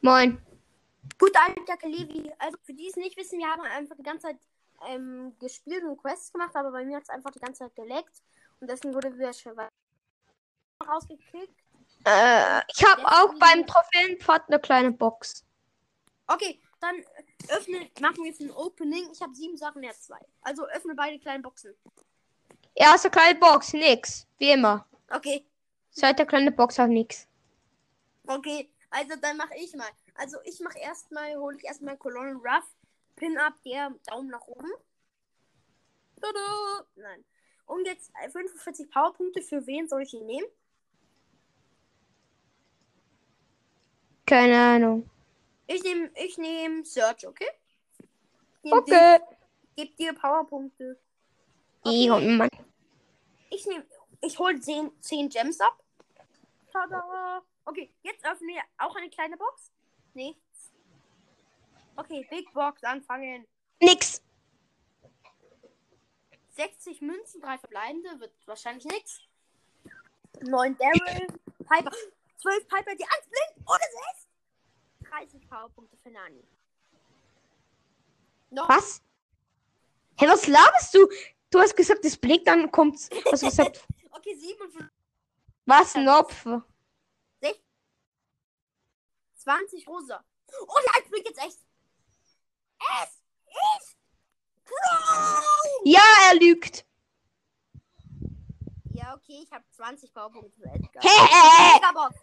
Moin. Gut, alter Kalevi. Also für die es nicht wissen, wir haben einfach die ganze Zeit ähm, gespielt und Quests gemacht, aber bei mir hat es einfach die ganze Zeit geleckt. Und deswegen wurde wir schon weit rausgekickt. Äh, ich habe Jetzt auch die- beim Trophäenpfad eine kleine Box. Okay, dann öffne, machen wir jetzt ein Opening. Ich habe sieben Sachen, er hat zwei. Also öffne beide kleinen Boxen. Erste kleine Box, nix. Wie immer. Okay, Zweite kleine Box hat nix. okay. Also dann mache ich mal. Also ich mache erstmal, hole ich erstmal Colonel Ruff. Pin up, der Daumen nach oben. Tada! Nein. Und jetzt äh, 45 Powerpunkte. Für wen soll ich ihn nehmen? Keine Ahnung. Ich nehme ich nehm Search, okay? Nehm Okay. Dich, gib dir Powerpunkte. Ich und Mann. Ich nehme. Ich hole 10, 10 Gems ab. Tada! Okay, jetzt öffnen wir auch eine kleine Box. Nichts. Okay, Big Box anfangen. Nix. 60 Münzen, drei verbleibende, wird wahrscheinlich nichts. 9 Daryl, Piper. 12 Piper, die 1 blind oder 6. 30 Powerpunkte für Nani. Noch Was? Hä, was laberst du? Du hast gesagt, es blinkt, dann kommt's. Hast du gesagt, Okay, 57. was ein Opfer? 20 rosa. Oh, der Eis fliegt jetzt echt. Es ist Crow! Ja, er lügt. Ja, okay, ich habe 20 Powerpunkte für Edgar. Hä? Megabox!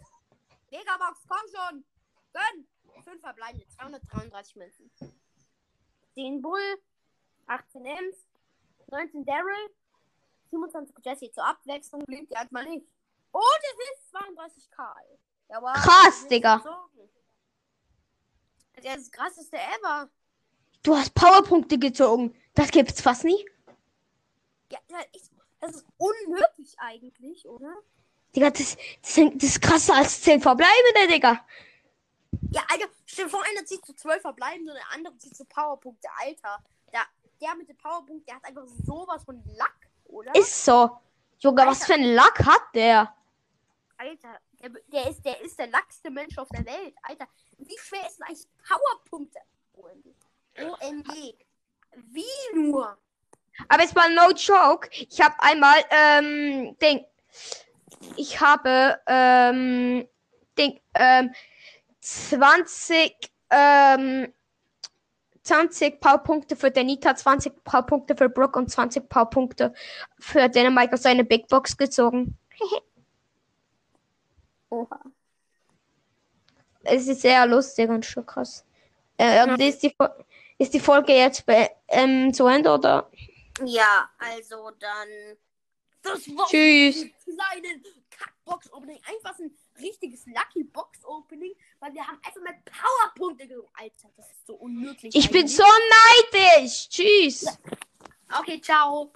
Megabox, komm schon! Gönn! 5 verbleibende, 233 Münzen. 10 Bull, 18 Ems, 19 Daryl, 27 Jesse. Zur Abwechslung blieb die erstmal nicht. Und es ist 32 Karl. Ja, wow, Krass, das ist Digga. gezogen. Das ist das krasseste ever. Du hast Powerpunkte gezogen. Das gibt's fast nie. Ja, ja, ich, das ist unmöglich eigentlich, oder? Digga, das, das, sind- das ist krasser als 10 verbleibende, Digga. Ja, Alter, stell dir vor, einer zieht zu 12 verbleibende und der andere zieht zu Powerpunkte. Alter, der, der mit dem Powerpunkt, der hat einfach sowas von Lack, oder? Ist so. Junge, was für ein Lack hat der? Alter, der, der, ist, der ist der lackste Mensch auf der Welt. Alter, wie schwer ist denn eigentlich Powerpunkte? OMG. OMG. Wie nur? Aber jetzt mal no joke. Ich habe einmal, ähm, Ding. Ich habe, ähm, Ding, ähm, 20, ähm, 20 Powerpunkte für Danita, 20 Powerpunkte für Brooke und 20 Powerpunkte für Dänemark aus seiner Big Box gezogen. Oha. Es ist sehr lustig und schon krass. Äh, und ist, die, Fo- ist die Folge jetzt be- ähm, zu Ende oder? Ja, also dann. Das war's. Tschüss. kleinen Kackbox-Opening. Einfach ein richtiges Lucky Box-Opening, weil wir haben einfach mal Powerpunkte geholt. Alter, das ist so unmöglich. Ich bin eigentlich. so neidisch. Tschüss. Okay, ciao.